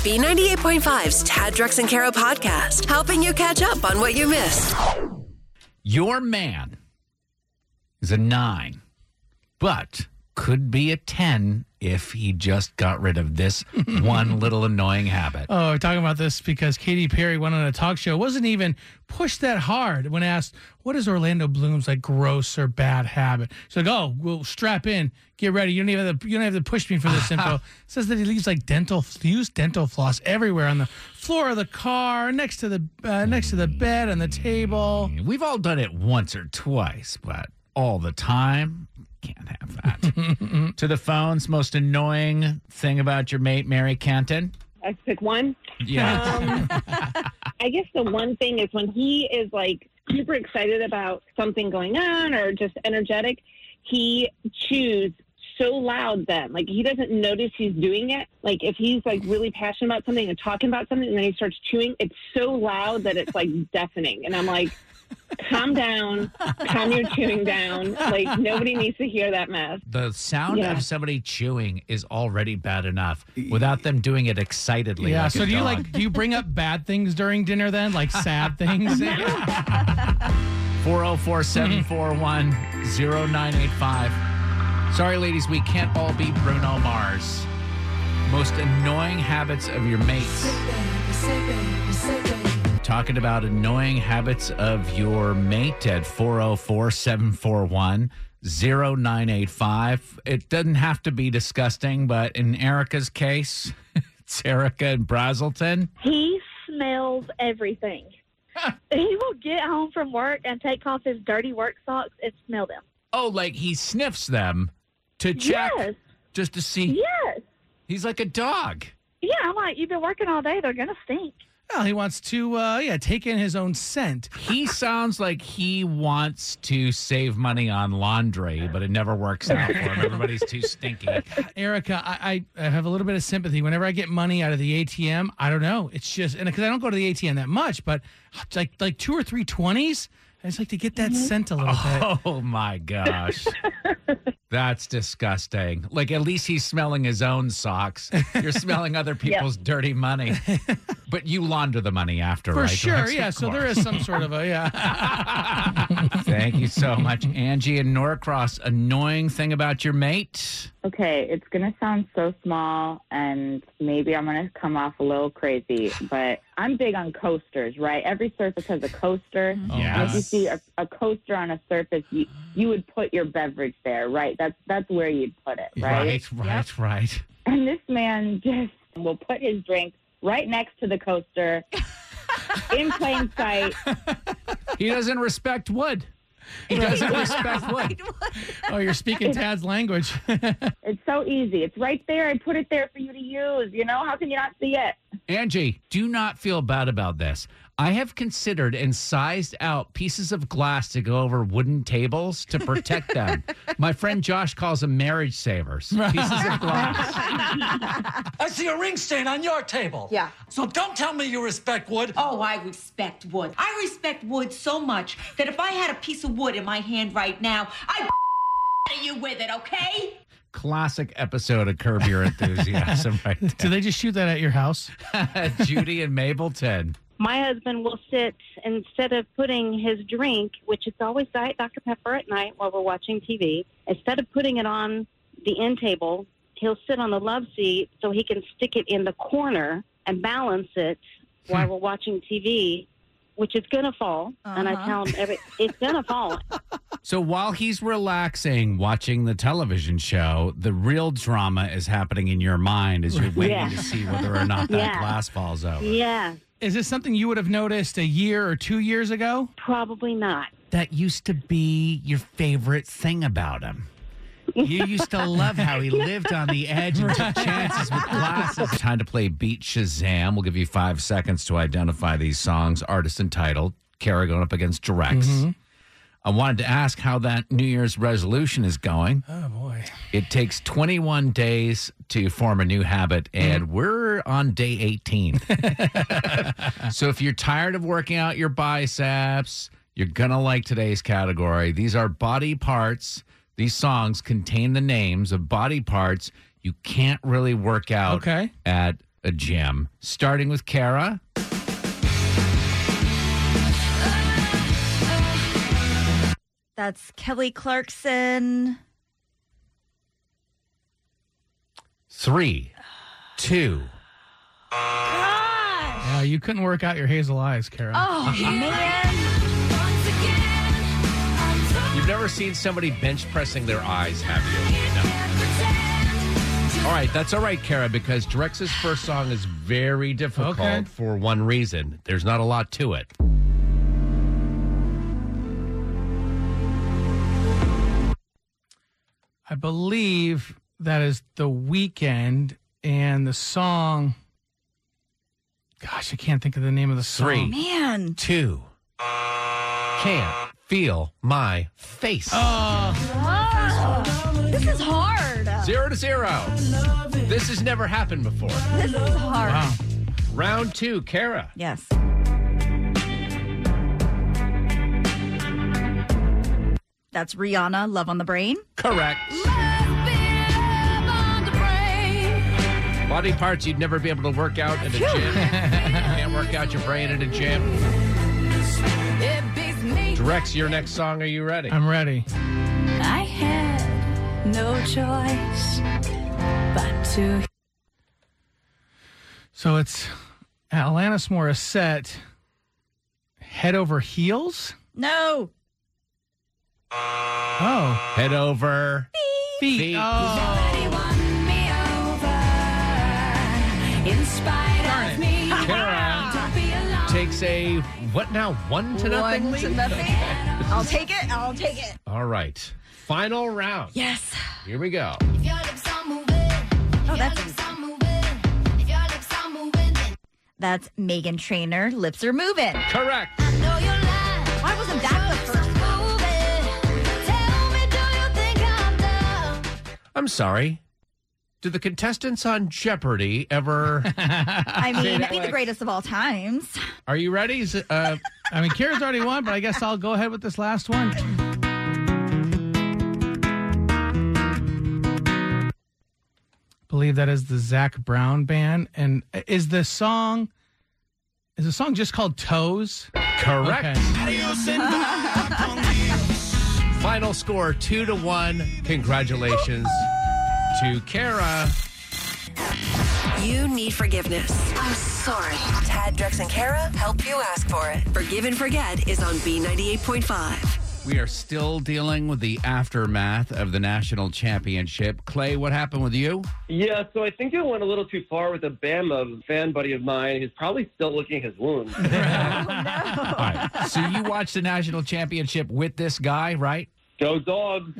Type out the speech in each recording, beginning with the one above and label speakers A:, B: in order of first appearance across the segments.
A: B98.5's Tad Drex and Kara podcast, helping you catch up on what you missed.
B: Your man is a nine, but could be a 10 if he just got rid of this one little annoying habit.
C: Oh, we're talking about this because Katy Perry went on a talk show, wasn't even pushed that hard when asked, What is Orlando Bloom's like gross or bad habit? She's like, Oh, well, strap in, get ready. You don't even have to, you don't have to push me for this info. Says that he leaves like dental used dental floss everywhere on the floor of the car, next to the uh, next to the bed, on the table.
B: We've all done it once or twice, but all the time, can't have that. to the phones, most annoying thing about your mate, Mary Canton.
D: I pick one.
B: Yeah.
D: Um, I guess the one thing is when he is like super excited about something going on or just energetic, he chews so loud then like he doesn't notice he's doing it. Like if he's like really passionate about something and talking about something and then he starts chewing, it's so loud that it's like deafening. And I'm like, calm down, calm your chewing down. Like nobody needs to hear that mess.
B: The sound
D: Yeah.
B: of somebody chewing is already bad enough without them doing it excitedly.
C: Yeah.
B: like a
C: so do you
B: dog.
C: like do you bring up bad things during dinner then, like sad things?
B: 404 741 0985. Sorry, ladies, we can't all be Bruno Mars. Most annoying habits of your mates. Talking about annoying habits of your mate at 404 741 0985. It doesn't have to be disgusting, but in Erica's case, it's Erica and Brazelton.
E: He smells everything. he will get home from work and take off his dirty work socks and smell them.
B: Oh, like he sniffs them to check
E: Yes.
B: just to see.
E: Yes.
B: He's like a dog.
E: Yeah, I'm like, you've been working all day. They're going to stink.
C: well, he wants to uh, yeah, take in his own scent.
B: He sounds like he wants to save money on laundry, but it never works out for him. Everybody's too stinky.
C: Erica, I, I, I have a little bit of sympathy. Whenever I get money out of the ATM, I don't know. It's just and because I don't go to the ATM that much, but it's like like two or three twenties, I just like to get that scent a little bit.
B: Oh my gosh. That's disgusting. Like, at least he's smelling his own socks. You're smelling other people's dirty money. But you launder the money after,
C: For
B: right?
C: sure,
B: Lex?
C: yeah.
B: Of
C: So there
B: course.
C: is some sort of a yeah.
B: Thank you so much, Angie and Norcross. Annoying thing about your mate?
F: Okay, it's going to sound so small and maybe I'm going to come off a little crazy, but I'm big on coasters, right? Every surface has a coaster. And If you
B: Oh, Mm-hmm. Yes.
F: see a, a coaster on a surface, you, you would put your beverage there, right? That's that's where you'd put it, right?
B: right, right. right.
F: And this man just will put his drink right next to the coaster in plain sight.
B: He doesn't respect wood. He doesn't respect wood.
C: Oh, you're speaking Tad's language.
F: It's so easy. It's right there. I put it there for you to use. You know, how can you not see it?
B: Angie, do not feel bad about this. I have considered and sized out pieces of glass to go over wooden tables to protect them. My friend Josh calls them marriage savers. Pieces of glass.
G: I see a ring stain on your table.
H: Yeah.
G: So don't tell me you respect wood.
H: Oh, I respect wood. I respect wood so much that if I had a piece of wood in my hand right now, I'd you with it, okay?
B: Classic episode of Curb Your Enthusiasm, right?
C: Do they just shoot that at your house?
B: there. Judy and Mableton.
E: My husband will sit instead of putting his drink, which is always Diet Dr. Pepper at night while we're watching TV, instead of putting it on the end table, he'll sit on the love seat so he can stick it in the corner and balance it while we're watching TV, which is going to fall. And I
H: Uh-huh.
E: tell him every, it's going to fall.
B: So while he's relaxing watching the television show, the real drama is happening in your mind as you're waiting
E: Yeah.
B: to see whether or not that
E: Yeah.
B: glass falls over.
E: yeah,
C: Is this something you would have noticed a year or two years ago?
E: probably not.
B: that used to be your favorite thing about him. You used to love how he lived on the edge and took chances with glasses. Time to play Beat Shazam. We'll give you five seconds to identify these songs, artist and title. Kara going up against Drex. I wanted to ask how that New Year's resolution is going.
C: Oh boy.
B: It takes 21 days to form a new habit, and we're on day 18. so if you're tired of working out your biceps, you're going to like today's category. These are body parts. These songs contain the names of body parts you can't really work out
C: Okay.
B: at a gym. Starting with Kara.
I: That's Kelly Clarkson.
B: Three, two,
C: Yeah, Uh, you couldn't work out your hazel eyes, Kara.
I: Oh man.
J: You've
B: You've never seen somebody bench pressing their eyes, have you? All right, that's all right, Kara, because Drex's first song is very difficult
C: Okay.
J: for one reason. There's not a lot to it.
C: I believe that is the weekend and the song. Gosh, I can't think of the name of the song.
B: Three.
I: Man.
B: Two. Can't feel my face.
I: Oh, this is hard.
B: Zero to zero. This has never happened before.
I: This is hard.
C: Wow.
B: Round two, Kara.
I: Yes. That's Rihanna, Love on the Brain.
B: Correct. Body parts you'd never be able to work out in a gym. Can't work out your brain in a gym. Drex, your next song. Are you ready?
C: I'm ready.
K: I had no choice but to.
C: So it's Alanis Morissette, Head Over Heels.
I: No.
C: Oh,
B: Head over.
C: feet.
B: Feet.
C: Oh,
B: Kara takes a what now? One to nothing.
I: One to
B: lead?
I: nothing. I'll take it. I'll take it.
B: All right. Final round.
I: Yes.
B: Here we go.
I: Oh, that's easy. That's Megan Trainer, Lips Are Moving.
B: Correct.
I: Why wasn't that the first?
B: I'm sorry. Do the contestants on Jeopardy ever?
I: I mean,
B: that
I: be the
B: like-
I: greatest of all times.
B: Are you ready? Is it, Uh,
C: I mean, Kara's already won, but I guess I'll go ahead with this last one. believe that is the Zach Brown band. And is the song is the song just called Toes?
B: correct.
C: Okay.
B: Final score two to one. Congratulations to Kara.
A: You need forgiveness. I'm sorry. Tad, Drex, and Kara help you ask for it. Forgive and Forget is on B98.5.
B: We are still dealing with the aftermath of the national championship. Clay, what happened with you?
L: Yeah, so I think it went a little too far with a Bama fan buddy of mine who's probably still looking at his wounds.
B: All right. So you watched the national championship with this guy, right?
L: Go dogs.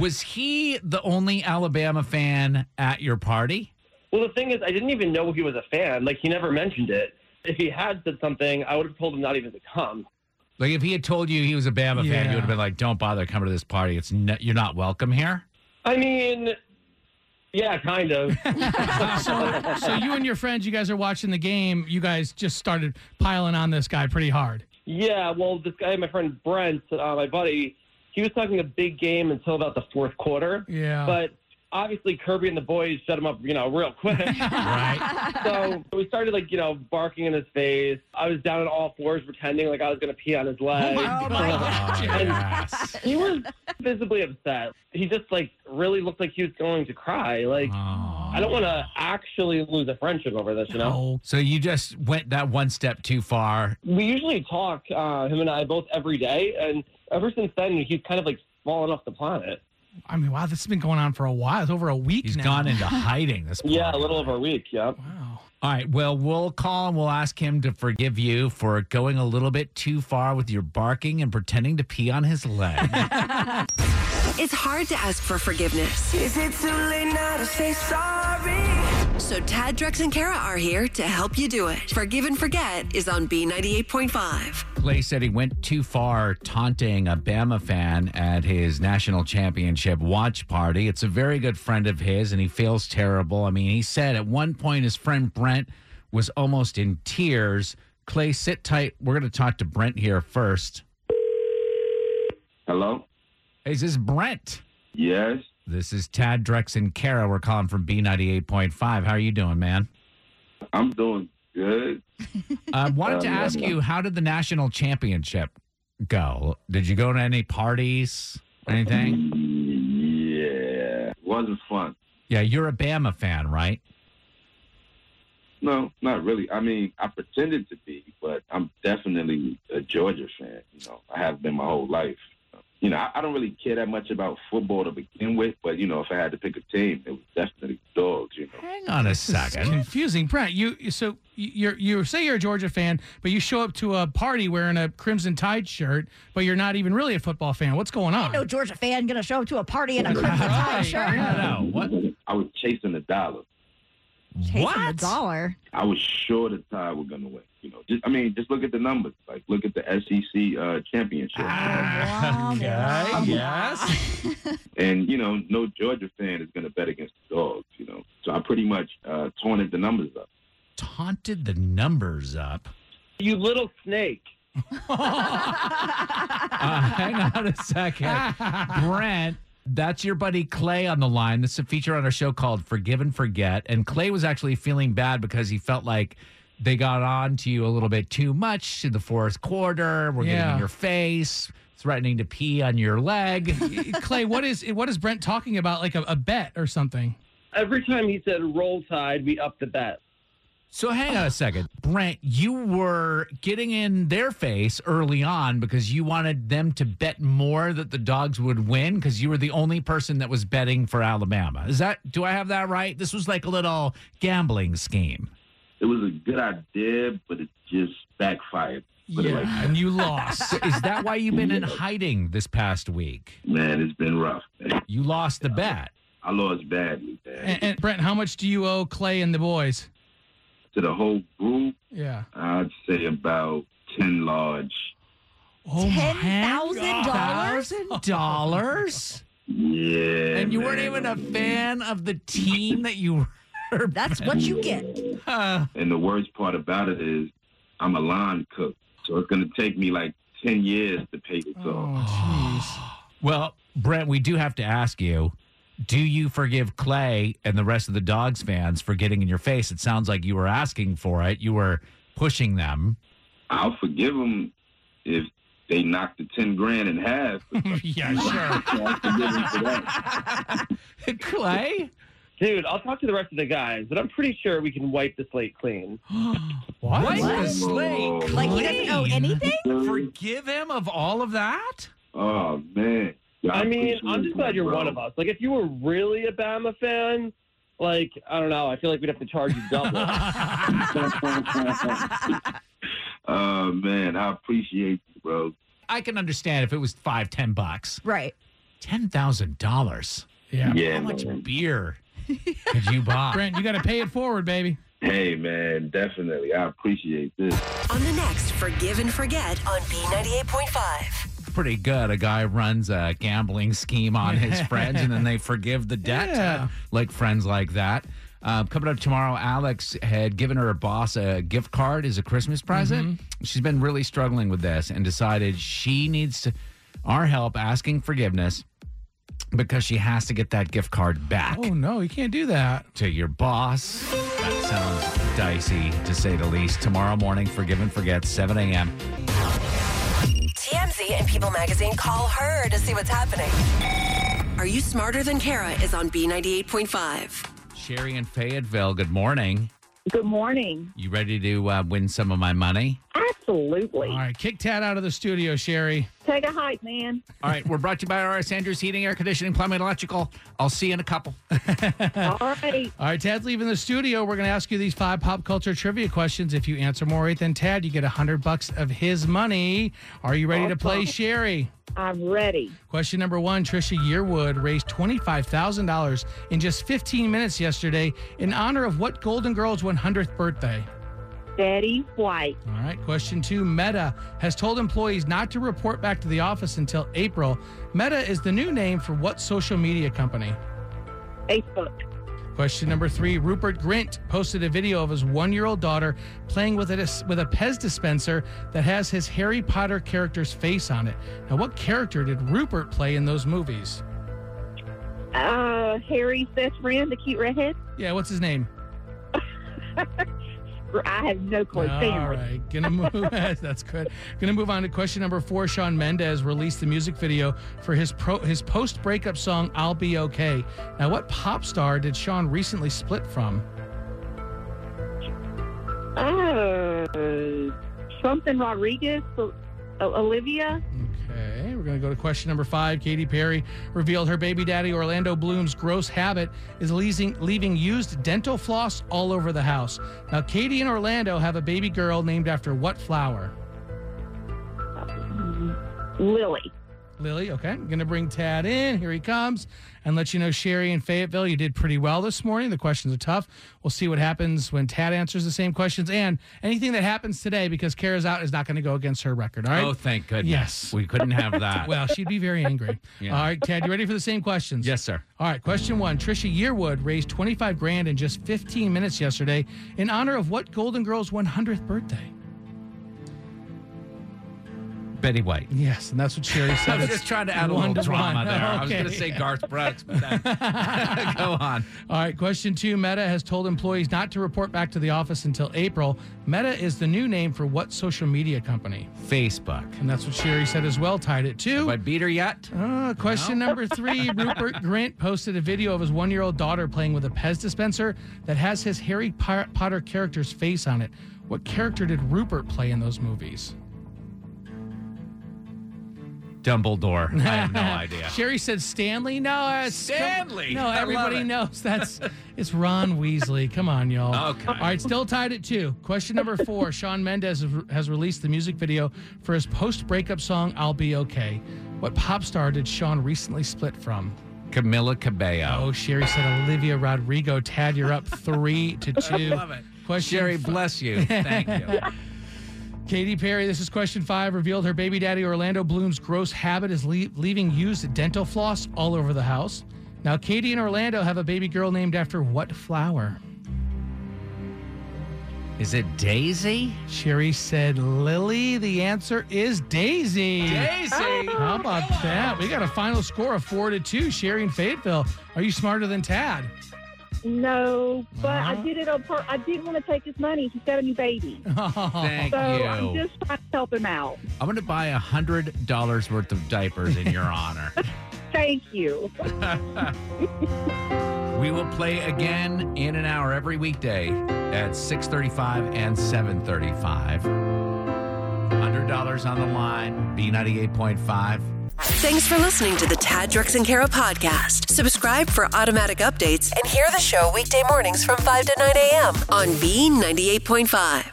B: Was he the only Alabama fan at your party?
L: Well, the thing is, I didn't even know he was a fan. Like, he never mentioned it. If he had said something, I would have told him not even to come.
B: Like, if he had told you he was a Bama fan, you
C: Yeah.
B: would have been like, "Don't bother coming to this party. It's n- you're not welcome here."
L: I mean, yeah, kind of.
C: so, so you and your friends, you guys are watching the game. You guys just started piling on this guy pretty hard.
L: yeah, well, this guy, my friend Brent, uh, my buddy, he was talking a big game until about the fourth quarter.
C: Yeah.
L: But obviously, Kirby and the boys shut him up, you know, real quick.
B: Right?
L: So we started like you know barking in his face. I was down on all fours pretending like I was gonna pee on his leg.
B: oh, yes.
L: he was visibly upset. He just like really looked like he was going to cry. Like I don't want to actually lose a friendship over this, you know.
C: Oh,
B: So you just went that one step too far.
L: We usually talk uh, him and I both every day, and ever since then he's kind of like fallen off the planet.
C: I mean, wow, this has been going on for a while. It's over a week
B: He's
C: now.
B: gone into hiding. This.
L: Yeah, a
B: poor
L: little
B: guy.
L: over a week. Yeah.
C: Wow.
B: All right. Well, we'll call and we'll ask him to forgive you for going a little bit too far with your barking and pretending to pee on his leg.
A: It's hard to ask for forgiveness. Is it too late now to say sorry? So Tad, Drex, and Kara are here to help you do it. Forgive and Forget is on B98.5.
B: Clay said he went too far taunting a Bama fan at his national championship watch party. It's a very good friend of his, and he feels terrible. I mean, he said at one point his friend Brent was almost in tears. Clay, sit tight. We're going to talk to Brent here first.
M: Hello?
B: Is this Brent?
M: Yes.
B: This is Tad Drex and Kara. We're calling from B98.5. How are you doing, man? Uh,
M: I'm doing good.
B: I wanted to
M: Um,
B: ask
M: yeah.
B: you, how did the national championship go? Did you go to any parties, anything?
M: Yeah. Wasn't fun.
B: Yeah, you're a Bama fan, right?
M: No, not really. I mean, I pretended to be, but I'm definitely a Georgia fan. You know, I have been my whole life. You know, I, I don't really care that much about football to begin with, but you know, if I had to pick a team, it was definitely dogs. You know.
B: Hang on a
C: It's
B: second.
C: confusing, Brent. You you- so you you say you're a Georgia fan, but you show up to a party wearing a Crimson Tide shirt, but you're not even really a football fan. What's going on?
I: Ain't no Georgia fan gonna show up to a party in a crimson tie shirt.
B: No, what?
M: I was chasing the dollar.
I: Chasing the
B: What?
I: dollar.
M: I was sure the Tide were gonna win. You know, just I mean, just look at the numbers. Like, look at the SEC uh, championship.
L: Ah.
B: Ah, Okay, yes.
M: And you know, no Georgia fan is going to bet against the dogs. You know, so I pretty much uh, torn the numbers up.
B: Taunted the numbers up.
L: You little snake.
B: Uh, hang on a second. Brent, that's your buddy Clay on the line. This is a feature on our show called Forgive and Forget. And Clay was actually feeling bad because he felt like they got on to you a little bit too much in the fourth quarter. We're getting
C: Yeah.
B: in your face, threatening to pee on your leg.
C: Clay, what is what is Brent talking about? Like a, a bet or something?
L: Every time he said roll tide, we upped the bet.
B: So hang on a second. Brent, you were getting in their face early on because you wanted them to bet more that the dogs would win because you were the only person that was betting for Alabama. Is that do I have that right? This was like a little gambling scheme.
M: It was a good idea, but it just backfired. Put it like that.
C: and you lost.
B: So is that why you've been in hiding this past week?
M: man, it's been rough. man.
B: You lost the bet.
M: I lost badly, man.
L: Eh.
C: And, and Brent, how much do you owe Clay and the boys?
M: To the whole group,
C: Yeah.
M: I'd say about ten large.
C: Oh
I: Ten thousand dollars?
B: Thousand dollars?
M: Yeah,
B: And you
M: man.
B: weren't even a fan of the team that you were.
I: That's what you get.
B: Uh,
M: And the worst part about it is, I'm a line cook, so it's going to take me like ten years to pay this off.
C: Oh,
B: Well, Brent, we do have to ask you do you forgive Clay and the rest of the Dogs fans for getting in your face? It sounds like you were asking for it, you were pushing them.
M: I'll forgive them if they knock the ten grand in half.
C: jeez. yeah, sure.
M: I'll forgive 'em for that.
B: Clay?
L: Dude, I'll talk to the rest of the guys, but I'm pretty sure we can wipe the slate clean.
B: What?
I: What?
B: Does Clay
M: Like,
I: Like he doesn't owe
B: clean?
I: anything?
B: Forgive him of all of that?
M: Oh man. Yeah,
L: I mean,
M: appreciate
L: I'm just glad
M: you,
L: you're
M: bro.
L: one of us. Like, if you were really a Bama fan, like, I don't know, I feel like we'd have to charge you double.
M: oh man, I appreciate you, bro.
B: I can understand if it was five, ten bucks.
I: Right.
B: Ten thousand dollars.
C: Yeah.
M: Yeah,
B: How much
M: man.
B: beer could you buy?
C: Brent, you got to pay it forward, baby.
M: Hey man, definitely. I appreciate this.
A: On the next Forgive and Forget on B98.5.
B: pretty good. A guy runs a gambling scheme on his friends, and then they forgive the debt.
C: Yeah.
B: Like friends like that. Um, coming up tomorrow, Alex had given her boss a gift card as a Christmas present.
C: Mm-hmm.
B: She's been really struggling with this and decided she needs to, our help asking forgiveness because she has to get that gift card back
C: Oh no, you can't do that.
B: to your boss. That sounds dicey to say the least. Tomorrow morning, forgive and forget, 7 a.m.
A: TMZ and People Magazine call her to see what's happening. Are You Smarter Than Kara is on B98.5.
B: Sherry in Fayetteville, good morning.
N: Good morning.
B: You ready to uh, win some of my money?
D: Absolutely.
C: All right, kick Tad out of the studio, Sherry.
D: Take a hike, man.
B: All right, we're brought to you by R.S. Andrews Heating, Air Conditioning, Plumbing, and Electrical. I'll see you in a couple.
D: All right.
C: All right, Tad's leaving the studio. We're going to ask you these five pop culture trivia questions. If you answer more right than Tad, you get a 100 bucks of his money. Are you ready to play, Sherry?
D: I'm ready.
C: Question number one Trisha Yearwood raised $25,000 in just 15 minutes yesterday in honor of what Golden Girls' 100th birthday?
D: Betty White.
C: All right. Question two Meta has told employees not to report back to the office until April. Meta is the new name for what social media company?
D: Facebook.
C: Question number three Rupert Grint posted a video of his one year old daughter playing with a, with a Pez dispenser that has his Harry Potter character's face on it. Now, what character did Rupert play in those movies?
D: Uh, Harry's best friend, the cute redhead.
C: Yeah, what's his name?
D: I have no clue.
C: All
D: Family.
C: right, gonna move. that's good. Gonna move on to question number four. Sean Mendez released the music video for his pro his post breakup song "I'll Be Okay." Now, what pop star did Sean recently split from?
D: Oh, something Rodriguez, O- Olivia.
C: Okay, we're gonna go to question number five. Katy Perry revealed her baby daddy Orlando Bloom's gross habit is leasing, leaving used dental floss all over the house. Now, Katy and Orlando have a baby girl named after what flower?
D: Lily.
C: Lily, okay. I'm going to bring Tad in. Here he comes and let you know, Sherry and Fayetteville, you did pretty well this morning. The questions are tough. We'll see what happens when Tad answers the same questions and anything that happens today because Kara's out is not going to go against her record. All right.
B: Oh, thank goodness.
C: Yes.
B: We couldn't have that.
C: Well, she'd be very angry.
B: Yeah.
C: All right, Tad, you ready for the same questions?
B: yes, sir.
C: All right, question one. Trisha Yearwood raised 25 grand in just 15 minutes yesterday in honor of what Golden Girls 100th birthday?
B: Betty White.
C: Yes, and that's what Sherry said.
B: I was
C: It's
B: just trying to add a
C: one
B: little
C: to
B: drama
C: one.
B: there. I was
C: Okay.
B: going to say Garth Brooks, but then go on.
C: All right, question two. Meta has told employees not to report back to the office until April. Meta is the new name for what social media company?
B: Facebook.
C: And that's what Sherry said as well, tied it
B: Have I
C: to.
B: beat her yet?
C: Uh, question number three Rupert Grint posted a video of his one year old daughter playing with a Pez dispenser that has his Harry Po- Potter character's face on it. What character did Rupert play in those movies?
B: Dumbledore. I have no idea.
C: Sherry said Stanley. No, it's
B: Stanley!
C: No,
B: I love
C: everybody
B: it.
C: knows that's it's Ron Weasley. Come on, y'all.
B: Okay.
C: All right, still tied at two. Question number four. Sean Mendez has- has released the music video for his post-breakup song "I'll Be Okay." What pop star did Sean recently split from?
B: Camilla Cabello.
C: Oh, Sherry said Olivia Rodrigo. Tad, you're up three to two.
B: I love it.
C: Question
B: Sherry,
C: f-
B: bless you. Thank you.
C: Katy Perry, this is question five, revealed her baby daddy Orlando Bloom's gross habit is le- leaving used dental floss all over the house. Now, Katy and Orlando have a baby girl named after what flower?
B: Is it Daisy?
C: Sherry said Lily. The answer is Daisy.
B: Daisy.
C: How about that? We got a final score of four to two. Sherry and Fayetteville. Are you smarter than Tad?
D: No, but I did it on pur- I didn't want to take his money. He's got a new baby.
B: Thank
D: So Oh, I'm
B: you.
D: just trying to help him out.
B: I'm going to buy a hundred dollars worth of diapers in your honor.
D: Thank you.
B: We will play again in an hour every weekday at 6:35 and 7:35. $100 on the line, B98.5.
A: Thanks for listening to the Tad Drex and Kara podcast. Subscribe for automatic updates and hear the show weekday mornings from 5 to 9 a.m. on B98.5.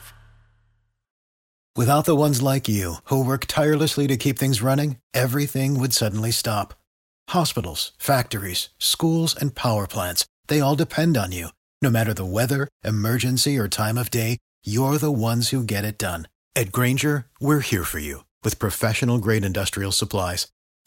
N: Without the ones like you, who work tirelessly to keep things running, everything would suddenly stop. Hospitals, factories, schools, and power plants, they all depend on you. No matter the weather, emergency, or time of day, you're the ones who get it done. At Granger, we're here for you with professional grade industrial supplies.